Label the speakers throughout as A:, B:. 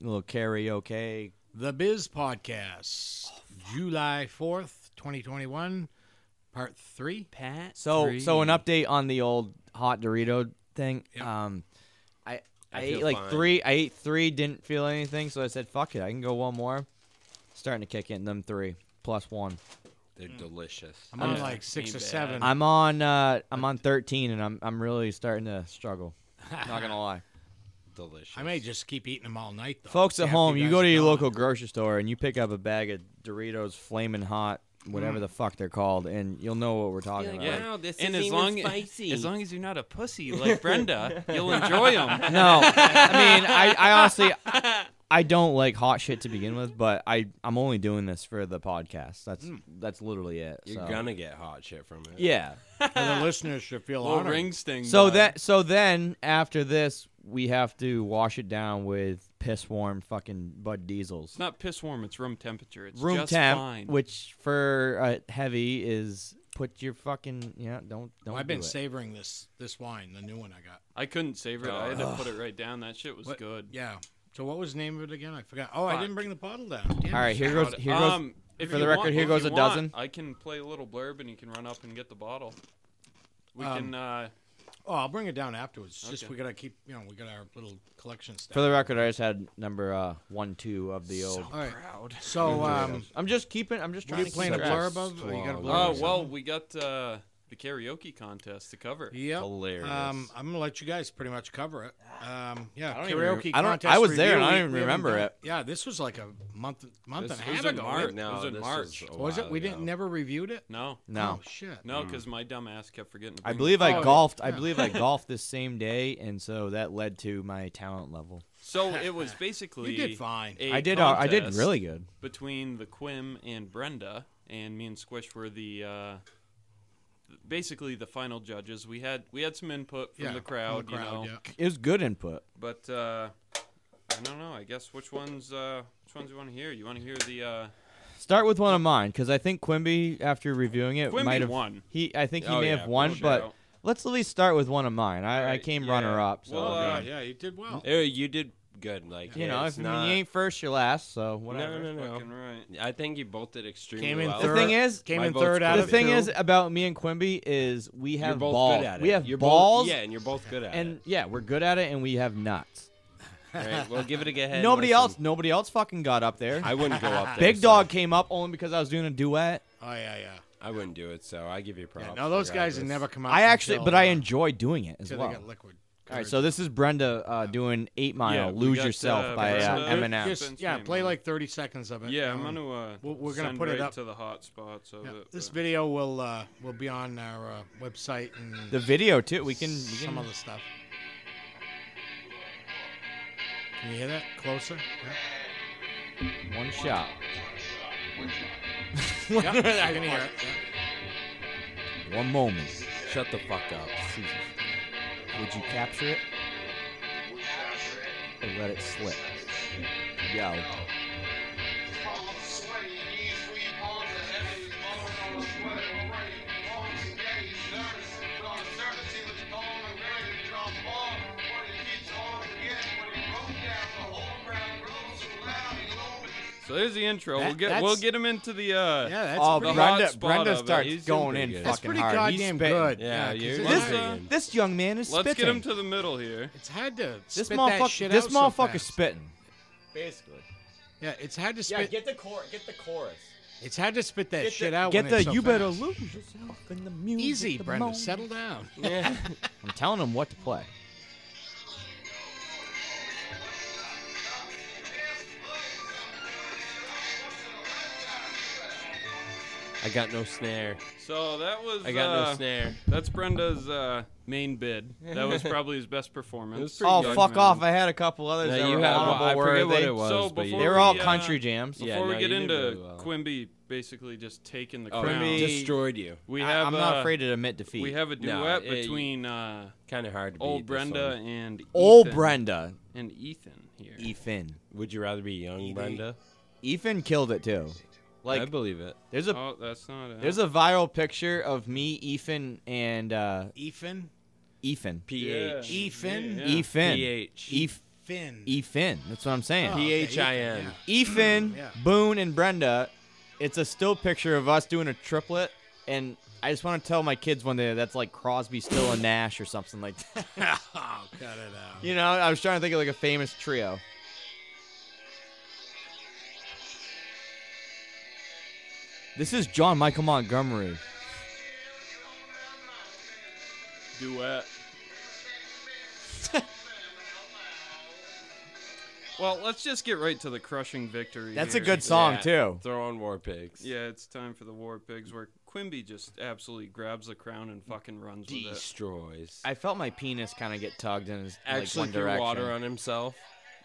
A: a little karaoke.
B: The Biz Podcast, July 4th, 2021, part three.
C: Pat.
A: So
C: three.
A: so an update on the old hot Dorito thing.
B: Yep.
A: Um, I I,
C: I
A: ate
C: feel
A: like
C: fine.
A: three. I ate three, didn't feel anything, so I said, "Fuck it, I can go one more." Starting to kick in them three plus one.
C: They're delicious.
B: I'm on
A: Yeah.
B: like six or
C: Ain't bad.
B: seven.
A: I'm on uh I'm on 13, and I'm I'm really starting to struggle. Not gonna lie,
C: Delicious.
B: I may just keep eating them all night, though.
A: folks
B: See
A: at
B: after
A: home, you
B: guys
A: go
B: are
A: to your
B: gone.
A: local grocery store and you pick up a bag of Doritos, flaming hot,
B: Mm.
A: whatever the fuck they're called, and you'll know what we're talking about.
C: Yeah.
D: Wow, this
C: and
D: is
C: as
D: even
C: long
D: spicy.
C: as long as you're not a pussy like Brenda, you'll enjoy them.
A: No, I mean, I, I honestly, I don't like hot shit to begin with, but I, I'm only doing this for the podcast. That's that's literally it.
C: Mm. You're
A: so.
C: gonna get hot shit from it.
A: yeah.
B: And the listeners should feel
C: Little
B: honored.
C: ring sting.
A: So
C: bud.
A: that, so then after this, we have to wash it down with piss warm fucking Bud Diesels,
C: it's not piss warm. It's room temperature. It's
A: room
C: just
A: temp,
C: fine.
A: which for uh, heavy is put your fucking yeah. Don't don't.
B: Well, I've been
A: do it.
B: savoring this this wine, the new one I got.
C: I couldn't savor it. I had to
A: Ugh.
C: put it right down. That shit was
B: What-
C: good.
B: Yeah. So what was the name of it again? I forgot. Oh, I
C: Fuck.
B: didn't bring the bottle down. Damn
A: All
B: it.
A: right, here goes. Here goes.
C: um, if
A: for
C: you
A: the record,
C: want-
A: here
C: if
A: goes
C: you
A: a
C: want,
A: dozen.
C: I can play a little blurb, and you can run up and get the bottle. We
B: Um,
C: can. Uh,
B: Oh, I'll bring it down afterwards. It's Just
C: Okay.
B: we gotta keep, you know, we got our little collection stuff.
A: for the record, I just had number uh, one two of the old.
B: All right.
C: proud.
B: So, um,
A: Oh, I'm just keeping. I'm just
B: what
A: trying
B: are you
A: to
B: playing a
A: keep track.
B: blurb of? Or you got a
D: Oh,
B: blurb?
C: Oh
B: or
C: well,
B: something?
C: we got uh, the karaoke contest to cover.
B: Yep.
D: Hilarious.
B: Um, I'm gonna let you guys pretty much cover it. Um, yeah,
A: I don't even
B: karaoke
A: rem- I don't-
B: contest
A: I was there and
B: review,
A: I don't
B: we-
A: even
B: we haven't
A: remember
B: done-
A: it.
B: Yeah, this was like a month, month and
C: This
B: a
C: was
B: half
C: in
B: ago.
C: March.
B: right?
C: No,
D: No,
C: was in
D: this
C: March.
D: a
B: Was it?
D: while
B: We
D: ago.
B: didn't never reviewed it.
C: No,
A: No,
B: Oh, shit.
C: no, because my dumb ass kept forgetting. To
A: I
C: bring it.
A: believe I
B: Oh,
A: golfed. I
B: yeah.
A: believe I golfed this same day, and so that led to my talent level.
C: So it was basically.
B: You did fine.
C: a
A: I did. Uh, I did
C: contest
A: really good.
C: between the Quim and Brenda, and me and Squish were the uh, basically the final judges. We had we had some input from
B: yeah,
C: the crowd,
B: from the crowd,
C: you know.
B: yeah.
A: It was good input.
C: But uh, I don't know. I guess which ones uh, which ones you want to hear? You want to hear the uh,
A: Start with one of mine because I think Quimby, after reviewing it,
C: Quimby
A: might have
C: won.
A: He, I think he
C: Oh,
A: may
C: yeah,
A: have
C: for
A: won,
C: sure.
A: but let's at least start with one of mine. I, I
C: Alright,
A: came
C: yeah.
A: runner up, so
C: Well,
B: Uh,
C: uh,
B: yeah, you did well.
D: Eh, you did good. Like
A: you
D: yeah,
A: know,
D: it's
A: if, I mean,
D: not,
A: you ain't first, you're last. So whatever.
D: No, no, no.
C: fucking right.
D: I think you both did extremely
B: Came in
D: well.
A: The thing is,
B: Came
D: My
B: in
D: vote's
B: third out
A: the
B: of
D: good.
A: thing
B: two.
A: is about me and Quimby is we
D: you're
A: have
D: both
A: balls.
D: good at it.
A: We have
D: you're
A: balls,
D: Both, yeah, and you're both good at
A: and
D: it.
A: yeah, we're good at it, and we have nuts.
D: All right, well, give it a go ahead. and
A: Nobody
D: listen.
A: else, nobody else, fucking got up there.
D: I wouldn't go up there.
A: Big
D: so
A: Dog came up only because I was doing a duet.
B: Oh yeah, yeah.
D: I wouldn't do it, so I give you props.
B: yeah no, those guys have
D: regardless.
B: never come out.
A: I actually,
B: until,
A: but I
B: uh,
A: enjoy doing it as
B: until
A: well.
B: they got liquid.
A: All right, so this is Brenda uh, doing Eight Mile,
C: Yeah, we
A: "Lose
C: got,
A: Yourself"
C: uh,
A: by uh,
C: Brenda.
A: Eminem.
B: Just,
C: Since
B: yeah,
C: we
B: play
C: moved.
B: like 30 seconds of it.
C: Yeah,
B: and
C: I'm gonna. Uh,
B: we're- um, we're gonna
C: send
B: put it
C: right
B: up.
C: to the hot spots of
B: yeah,
C: it.
B: this
C: but-
B: video will uh, will be on our uh, website and
A: The video too. We can. We
B: some
A: can
B: other stuff. Can you hear that closer? Yeah.
A: one shot.
B: Yep, I can hear it.
A: One moment.
D: Shut the fuck up.
A: Would you capture it or let it slip? Yo.
C: So there's the intro.
A: That-
C: we'll get
A: that's-
C: we'll get him into the.
B: Yeah,
C: Uh,
B: that's
A: Oh,
B: pretty,
C: the hot
A: Brenda,
C: spot
A: Brenda
C: of it.
A: starts
D: He's doing
A: going in
D: pretty good.
B: that's
A: fucking
B: pretty
A: hard. He's
B: goddamn
A: spitting.
B: good.
D: Yeah,
B: 'cause
D: you're-
B: it's
C: This,
B: hard-
C: uh,
A: This young man is
C: let's
A: spitting.
C: get him to the middle here.
B: it's hard to
A: this
B: spit that
A: motherfucker.
B: shit
A: This
B: out so
A: motherfucker's
B: fast.
A: spitting. Basically.
B: Yeah, it's hard to spit.
A: the chor- get the chorus.
B: it's hard to spit that
A: Get
B: shit
A: the,
B: out.
A: Get
B: when
A: the
B: it's so
A: you better
B: fast.
A: lose yourself in the music.
B: Easy,
A: the
B: Brenda.
A: moment.
B: Settle down.
A: I'm telling him what to play.
D: I got no snare.
C: So that was.
D: I got no
C: uh,
D: snare.
C: That's Brenda's uh, main bid. That was probably his best performance.
D: It was pretty
A: Oh
D: good,
A: fuck
C: man.
A: off! I had a couple others.
D: No,
A: that
D: you
A: were
D: had.
A: honorable
D: I
A: word.
D: forget what
A: They-
D: it was.
C: So
D: but you-
C: before
A: They were all
C: we, uh,
A: country jams.
D: Yeah,
C: Before we
D: no,
C: get
D: you did
C: into
D: really well.
C: Quimby basically just taking the
D: Oh,
C: crown,
A: Quimby-
D: destroyed you.
C: we
A: I,
C: have
A: am not
C: uh,
A: afraid to admit defeat.
C: We have a
D: No,
C: duet
D: yeah, you-
C: between uh,
D: Kind of hard to beat.
C: old
D: this
C: Brenda
D: one.
C: and
A: old
C: Ethan-
A: Brenda,
C: and Ethan here.
A: Ethan.
D: Would you rather be young Brenda?
A: Ethan killed it too.
D: I
A: Like
D: believe it.
A: there's a
C: Oh, that's not. It.
A: there's a viral picture of me, Ethan, and uh,
B: Ethan.
A: Ethan,
D: P H E
B: Ethan?
C: Yeah.
A: Ethan,
D: P H.
A: Ef-
B: Finn.
A: E Finn. That's what I'm saying.
B: Oh,
A: E
D: P
B: okay,
D: H I N.
B: yeah.
A: Ethan,
B: Yeah.
A: Boone, and Brenda. It's a still picture of us doing a triplet, and I just want to tell my kids one day that's like Crosby, Still, and Nash or something like that.
B: Oh, cut it out.
A: You know, I was trying to think of like a famous trio. This is John Michael Montgomery.
C: Duet. well, let's just get right to the crushing victory.
A: That's a
C: here.
A: good song
D: Yeah.
A: too.
D: Throw on war pigs.
C: Yeah, it's time for the War Pigs, where Quimby just absolutely grabs the crown and fucking runs with it.
D: Destroys.
A: I felt my penis kind of get tugged in his,
D: Actually
A: like, one
D: threw
A: direction.
D: water on himself.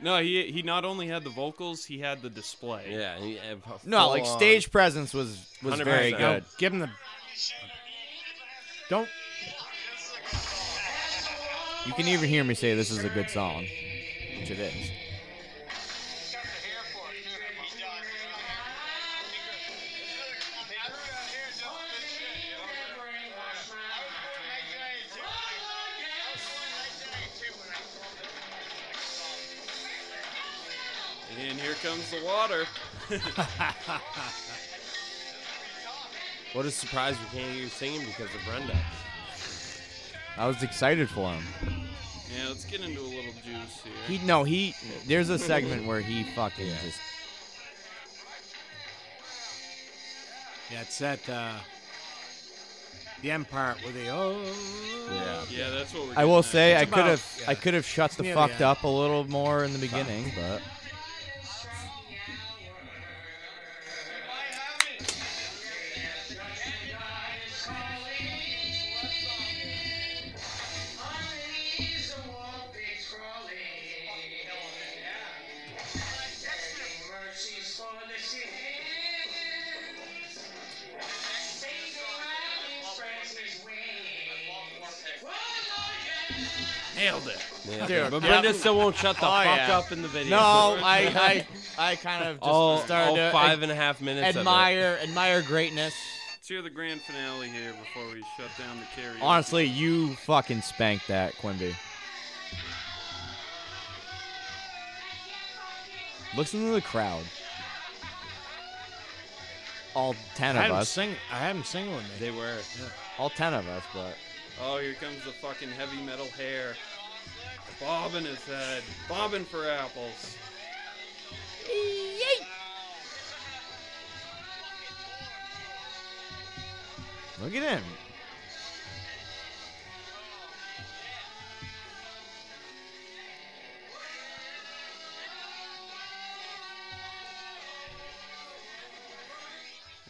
C: No, he he not only had the vocals, he had the display.
D: Yeah. he- uh,
A: no,
D: full
A: like
D: on.
A: stage presence was was very
D: 100%.
A: good.
B: Give him the. Don't.
A: You can even hear me say this is a good song, which it is.
C: And here comes the water.
D: What a surprise we can't hear you singing because of Brenda.
A: I was excited for him.
C: Yeah, let's get into a little juice here.
A: He no he. There's a segment where he fucking just.
B: Yeah, it's that. Uh, the end part with the oh.
D: Yeah.
C: yeah, that's what we're.
A: I will
C: getting at.
A: say I
B: It's
A: could
B: about-
A: have I
B: yeah.
A: could have shut the
B: near the
A: fucked
B: end.
A: up a little more in the beginning, but
C: nailed it.
D: Yeah,
A: Dude,
D: but
A: yeah.
D: Brenda still won't shut the
A: Oh,
D: fuck
A: yeah.
D: up in the video.
A: no, I I I kind of just
D: all, all
A: started to
D: five and a half minutes.
A: admire admire greatness.
C: Let's hear the grand finale here before we shut down the karaoke.
A: Honestly, you fucking spanked that Quimby. Listen to the crowd. All ten
B: I
A: of
B: had him
A: us.
B: sing. I had him sing with me.
D: Of it. They were.
A: All ten of us, but
C: Oh, here comes the fucking heavy metal hair. Bobbing his head. Bobbing for apples.
A: look at him.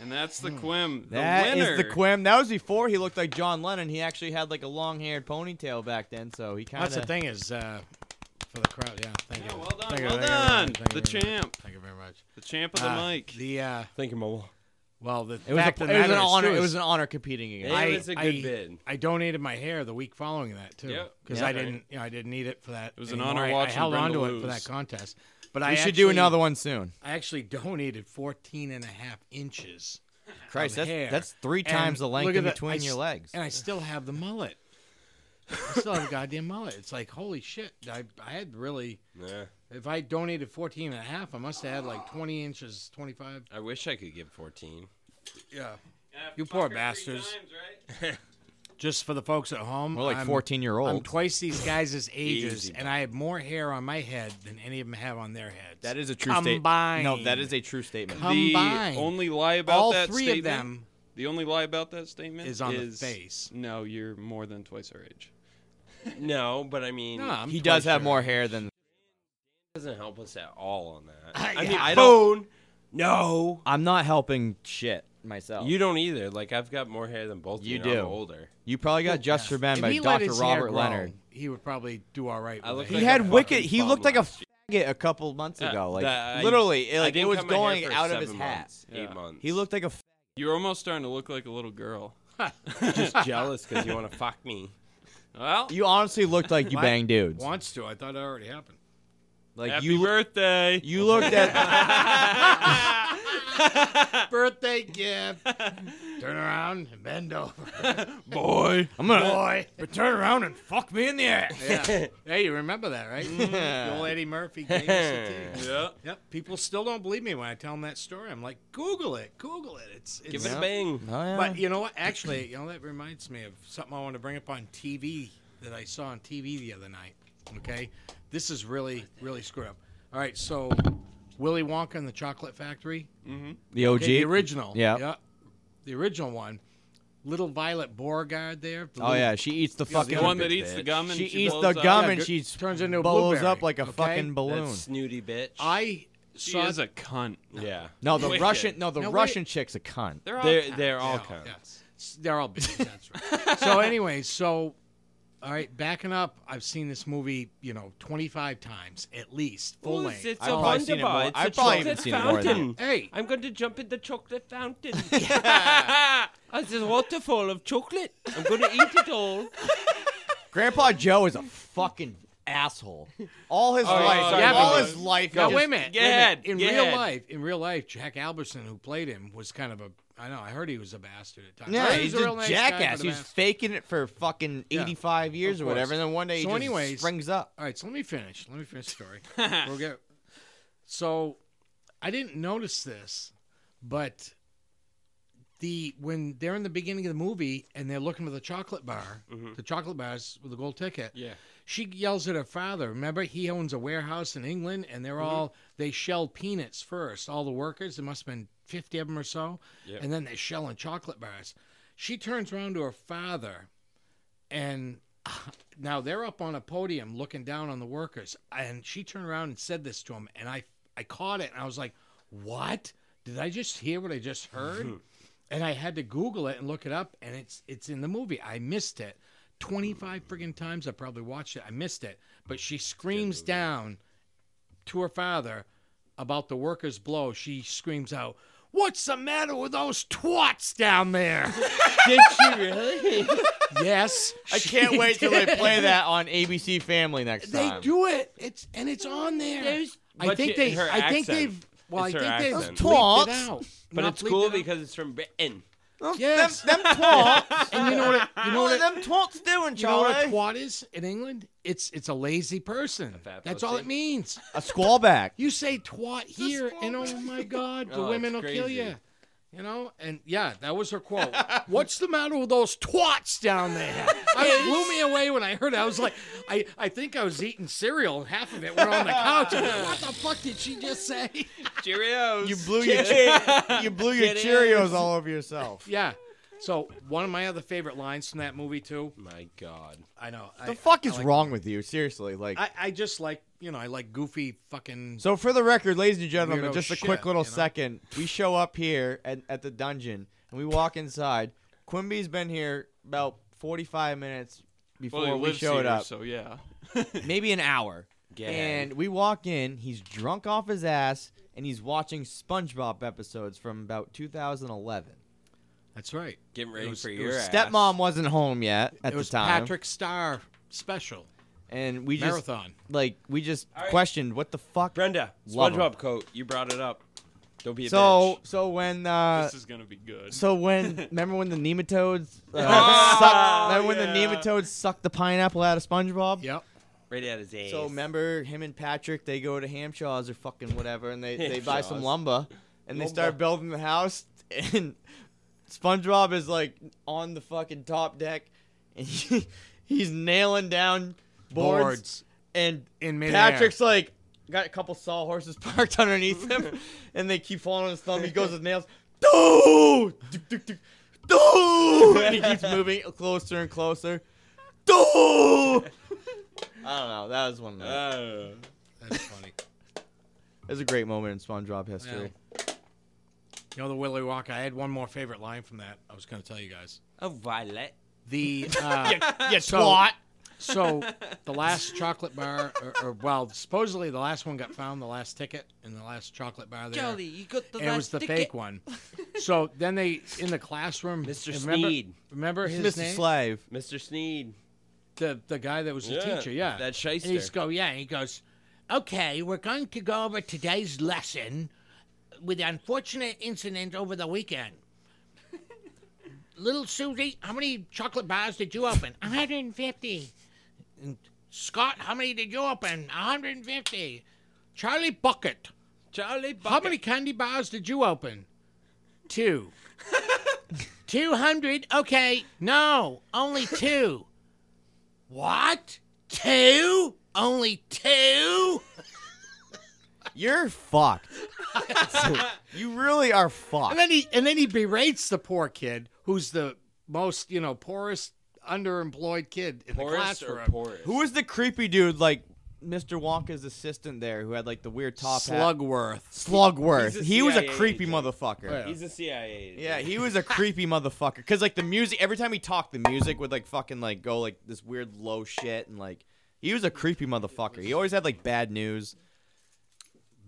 C: And that's the Quim. The
A: That is
C: winner.
A: the Quim. That was before he looked like John Lennon. He actually had like a long-haired ponytail back then, so he kind
B: That's the
A: of.
B: thing is uh, for the crowd. Yeah, thank
C: Yeah,
B: you.
C: well done,
B: Thank you,
C: well
B: thank you very much,
C: done.
B: thank you
C: The
B: very much.
C: champ.
B: Thank you very much.
C: The champ of the
B: Uh,
C: mic.
B: The uh,
D: Thinking about.
B: well, the
A: It was, a,
B: fact of the
A: it was an
B: matter is
A: honor.
B: too
A: It
B: is
A: was an honor competing
D: It
A: against.
B: I-
D: was a good
B: I-
D: bid.
B: I donated my hair the week following that too,
C: Yep.
B: because
D: Yeah.
B: I didn't, you know, I didn't need it for that. It
C: was an honor
B: I, I
C: watching
B: held
C: Brenda
B: on to it for
C: lose.
B: that contest, but
A: We
B: I
A: should
B: actually,
A: do another one soon.
B: I actually donated 14 and a half inches.
A: Christ,
B: of
A: that's
B: hair.
A: that's three
B: And
A: times the length
B: look
A: in
B: at that,
A: between
B: I
A: your
B: s-
A: legs.
B: and I still have the mullet. I still have a goddamn mullet. It's like holy shit. I I had really.
D: Yeah.
B: If I donated 14 and a half, I must have had like 20 inches, 25.
D: I wish I could give 14.
B: Yeah.
C: Yeah,
B: You poor
C: fucker three
B: bastards.
C: times, right?
B: Just for the folks at home,
A: We're like
B: I'm- I'm
A: fourteen-year-old.
B: twice these guys' ages,
D: Easy,
B: and I have more hair on my head than any of them have on their heads.
A: That is a true statement.
B: Combined.
A: No, that is a true statement.
C: the
B: combined.
C: only lie about
B: all
C: that
B: three
C: statement,
B: of them.
C: the only lie about that statement
B: is on the face.
C: No, you're more than twice our age.
D: No, but I mean,
B: No, I'm
A: he does
B: twice
A: have
B: her.
A: more hair than.
D: it doesn't help us at all on that.
B: I-
D: mean,
B: I
D: Boone, no,
A: I'm not helping shit myself.
D: you
A: You
D: don't either. Like I've got more hair than both. of
A: You
D: and I'm
A: do.
D: older.
A: you probably got just for men
B: If
A: by
B: he let
A: Dr.
B: his hair
A: Robert
B: grow,
A: Leonard.
B: He would probably do all right.
D: I
B: with
D: look
B: it.
A: He
D: like a
A: had
D: fucking
A: wicked. He
D: bum
A: looked like a
D: last
A: faggot a couple months
D: Yeah,
A: ago. Like
D: Uh, that- I-
A: literally, it,
D: I
A: like it
D: didn't
A: was
D: cut my hair
A: going
D: for
A: out of his
D: seven
A: hat.
D: months, Eight
C: Yeah.
D: months.
A: He looked like a. F-
C: You're almost starting to look like a little girl.
D: just jealous because you want to fuck me.
C: Well,
A: you honestly looked like you
B: Why-
A: banged dudes.
B: Wants to. I thought it already happened.
A: Like
C: happy
A: you,
C: birthday.
A: you looked at.
B: Birthday gift. Turn around and bend over.
A: Boy, I'm gonna
B: Boy.
A: but turn around and fuck me in the ass.
B: Yeah. Hey, you remember that, right? The old Eddie Murphy gave us the tape.
C: Yeah.
B: Yep. People still don't believe me when I tell them that story. I'm like, Google it. Google it. It's, it's
D: Give it a bang.
A: Oh, yeah.
B: But you know what? Actually, you know that reminds me of something I want to bring up on TV that I saw on TV the other night. Okay, this is really really screwed up. All right, so Willy Wonka and the Chocolate Factory,
A: the OG,
B: okay, the original,
A: Yeah.
B: the original one. Little Violet Beauregard there. the
A: Oh
B: little-
A: yeah, she eats the
B: Yeah, the
A: fucking.
C: The one
B: Stupid
C: that eats the gum and
A: she,
C: she,
A: eats
C: blows
A: the
C: up.
A: gum
B: Yeah,
A: and
B: go-
A: she
B: turns into a
A: blows
B: blueberry,
A: up like a
B: okay?
A: fucking balloon.
D: That snooty bitch.
B: I
C: She
B: saw
C: is a cunt.
D: yeah.
A: No, the
C: Wicked.
A: Russian, no, the
B: No, wait.
A: Russian chick's a cunt.
C: They're all
D: They're
C: cunts.
D: they're all
B: Yeah,
D: cunts.
B: yeah. S- They're all big. That's right. so anyway, so all right, backing up. I've seen this movie, you know, 25 times at least, full
D: Ooh,
B: length.
D: it's
A: I've
D: a
A: probably seen it
D: Wonderbar.
A: more-
D: It's
A: I've
D: a
A: probably even
D: chocolate
A: seen it more than
D: fountain.
B: Hey,
D: I'm going to jump in the chocolate fountain. As this waterfall of chocolate. I'm going to eat it all.
A: Grandpa Joe is a fucking asshole. All his life,
C: sorry,
B: yeah,
A: all
B: but-
A: his life.
B: now
A: just-
B: wait a minute.
D: get
B: wait a minute.
D: ahead,
B: In
D: get
B: real
D: ahead.
B: life, in real life, Jack Albertson, who played him, was kind of a. I know. I heard he was a bastard at times. I
A: Yeah,
B: heard he
A: he's
B: was a real
A: a
B: nice guy,
A: jackass.
B: but a
A: He was
B: bastard.
A: faking it for fucking
B: Yeah,
A: 85 years or
B: course.
A: whatever, and then one day he
B: So
A: just
B: anyways-
A: springs up.
B: All right, so let me finish. Let me finish the story. we'll get. So, I didn't notice this, but the when they're in the beginning of the movie and they're looking for the chocolate bar, the chocolate bars with the gold ticket.
C: Yeah.
B: She yells at her father. Remember, he owns a warehouse in England, and they're all they shell peanuts first. All the workers, there must have been fifty of them or so, and then they're shelling chocolate bars. She turns around to her father, and now they're up on a podium looking down on the workers, and she turned around and said this to him, and I I caught it, and I was like, "What? Did I just hear what I just heard?" and I had to Google it and look it up, and it's it's in the movie. I missed it. 25 friggin' times I probably watched it. I missed it. But she screams down to her father about the workers' blow. She screams out, What's the matter with those twats down there?
D: Did she really?
B: yes.
A: I can't wait till they play that on ABC Family next
B: They
A: time.
B: do it. It's and it's on there.
D: There's-
B: I
D: But
B: think
D: it-
B: they.
D: her
B: I think
D: accent.
B: they've. Well,
D: It's
B: I
D: her
B: think they've
D: accent.
B: bleeped it
A: Twats.
B: out.
D: But
B: Not
D: it's
B: bleeped
D: cool
B: it out.
D: because it's from Britain.
B: Yes.
A: Them, them twats.
B: and you know what? it- You know what?
A: what them
B: it-
A: twats doing,
B: You know what
A: Charlie?
B: a twat is in England? It's it's a lazy person.
D: fat
B: That's all
D: pussy.
B: it means.
A: a squallback.
B: You say twat here, and oh my God, the
D: Oh,
B: women will
D: it's
B: kill
D: crazy.
B: you. You know, and yeah, that was her quote. What's the matter with those twats down there? I it blew me away when I heard it. I was like, I, I think I was eating cereal, and half of it went on the couch. I'm like, what the fuck did she just say?
D: Cheerios.
A: You blew your che- you blew your
D: Get
A: Cheerios all over yourself.
B: yeah. So one of my other favorite lines from that movie too.
D: My God.
B: I know. I,
A: The fuck is
B: I like-
A: wrong with you? Seriously, like.
B: I, I just like you know I like goofy fucking
A: so for the record, ladies and gentlemen,
B: Weirdo
A: just a
B: shit,
A: quick little
B: you know?
A: second. We show up here at, at the dungeon and we walk inside. Quimby's been here about 45 minutes before
C: Well, he
A: we
C: lives
A: showed
C: here,
A: up.
C: so yeah.
A: Maybe an hour.
D: Get
A: and we walk in, he's drunk off his ass and he's watching SpongeBob episodes from about 2011.
B: That's right.
D: Getting
B: It
D: ready
B: was-
D: for
B: it
D: your ass.
A: Stepmom wasn't home yet at
B: it was
A: the time.
B: Patrick Star special
A: and we just
B: marathon.
A: like we just
D: right.
A: questioned what the fuck
D: Brenda,
A: Love 'em.
D: SpongeBob coat. You brought it up. Don't be a
A: So so when uh
C: this is gonna be good.
A: so when remember when the nematodes uh,
D: Oh,
A: sucked, remember when the
C: yeah.
A: nematodes sucked the pineapple out of SpongeBob?
B: Yep.
D: bitch. Right out his ass.
A: So remember him and Patrick they go to Hamshaw's or fucking whatever and they, they buy some
D: Hamshaw's.
A: lumber and they start
D: Lumber.
A: building the house and SpongeBob is like on the fucking top deck and he, he's nailing down boards,
B: Boards
A: and
B: in midair.
A: Patrick's like got a couple sawhorses parked underneath him, and they keep falling on his thumb. He goes with nails, dude, Duk, duk, duk. dude, and he keeps moving closer and closer, dude. I don't know. That was one. Night.
D: Uh,
B: That's funny.
A: It was a great moment in SpongeBob history.
B: You know the Willy Wonka. I had one more favorite line from that. I was going to tell you guys.
D: oh, Violet.
B: The uh, so, So the last chocolate bar, or, or well, supposedly the last one got found. The last ticket and the last chocolate bar there.
D: you got the
B: And it was the fake one. So then they in the classroom.
D: Mr.
B: and Remember,
D: Sneed.
B: remember his
A: Mr.
B: name?
A: Slave.
D: Mr. Sneed.
B: the the guy that was the
D: Yeah,
B: teacher, yeah.
D: that
B: And
D: shyster.
B: he's go, yeah. and he goes, okay, we're going to go over today's lesson with the unfortunate incident over the weekend. Little Susie, how many chocolate bars did you open? 150. And Scott, how many did you open? 150. Charlie Bucket,
D: Charlie Bucket.
B: how many candy bars did you open? Two. 200? Okay. No, only two. What? Two? Only two?
A: You're fucked. you really are fucked.
B: And then he and then he berates the poor kid who's the most, you know, poorest underemployed kid in the
D: Poorest or
B: classroom.
D: poorest?
A: Who was the creepy dude like Mr. Wonka's assistant there who had like the weird top hat?
B: Slugworth.
A: Slugworth.
D: He's a
A: He was a
D: CIA
A: creepy
D: agent.
A: motherfucker.
B: Oh, Yeah.
D: He's a CIA.
A: Yeah,
D: agent.
A: he was a creepy motherfucker. Cause like the music, every time he talked, the music would like fucking like go like this weird low shit, and like he was a creepy motherfucker. He always had like bad news.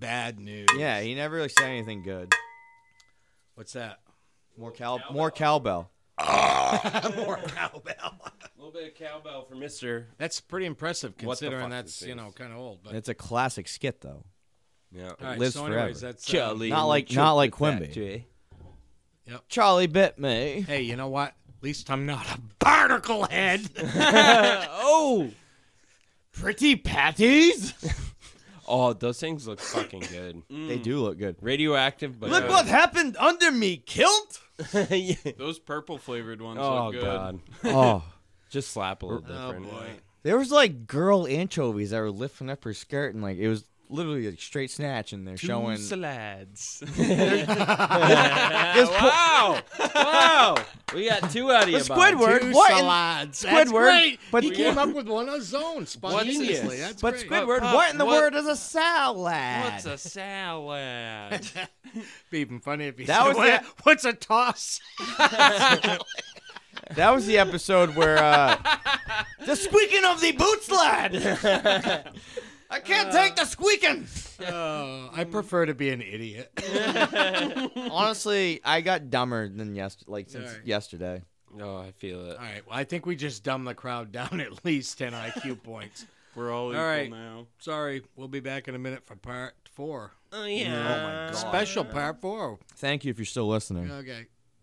B: Bad news.
A: Yeah, he never like said anything good.
B: What's that?
A: More cow, more cowbell.
B: More cowbell.
D: A little bit of cowbell for Mister.
B: That's pretty impressive
D: What the
B: considering
D: fuck
B: that's,
D: this
B: you
D: is.
B: know, kind of old. But
A: It's a classic skit though.
D: Yeah.
B: all right,
A: lives
B: so anyways,
A: forever.
B: that's uh,
A: Not like not like Quimby.
B: Yep.
A: Charlie bit me.
B: Hey, you know what? At least I'm not a barnacle head.
A: oh, pretty patties.
D: Oh, those things look fucking good.
A: They do look good.
D: Radioactive, but
A: Mm. Look what happened under me kilt.
D: yeah.
C: Those purple flavored ones
D: Oh
C: look good.
D: god,
A: Oh,
D: just slap a little different.
A: there was like girl anchovies that were lifting up her skirt, and like it was literally like straight snatch, and they're showing.
D: salads.
A: This po-
D: wow, wow, we got two out of you.
A: But
D: Bob.
A: Squidward-
B: Two
A: What in-
B: salads. That's
A: Squidward,
B: great.
A: but-
B: he came up with one on his own spontaneously.
D: this?
B: That's
A: But
B: great.
A: Squidward,
C: Pop,
A: what in the
C: what-
A: word is a salad?
C: What's a salad?
B: It'd be even funny if he
A: That
B: said,
A: was
B: "What-
A: that-
B: what's a toss?
A: that was the episode where uh, the squeaking of the boots, lad. I can't take the squeaking.
B: Oh, I prefer to be an idiot.
A: Honestly, I got dumber than yesterday. Like since
B: Alright.
A: yesterday.
D: Oh, I feel it.
B: All right. Well, I think we just dumb the crowd down at least 10 IQ points.
C: We're all, equal
B: right.
C: now.
B: Sorry. We'll be back in a minute for part four.
D: Oh yeah.
A: Oh my god.
B: Special part four.
A: Thank you if you're still listening.
B: Okay.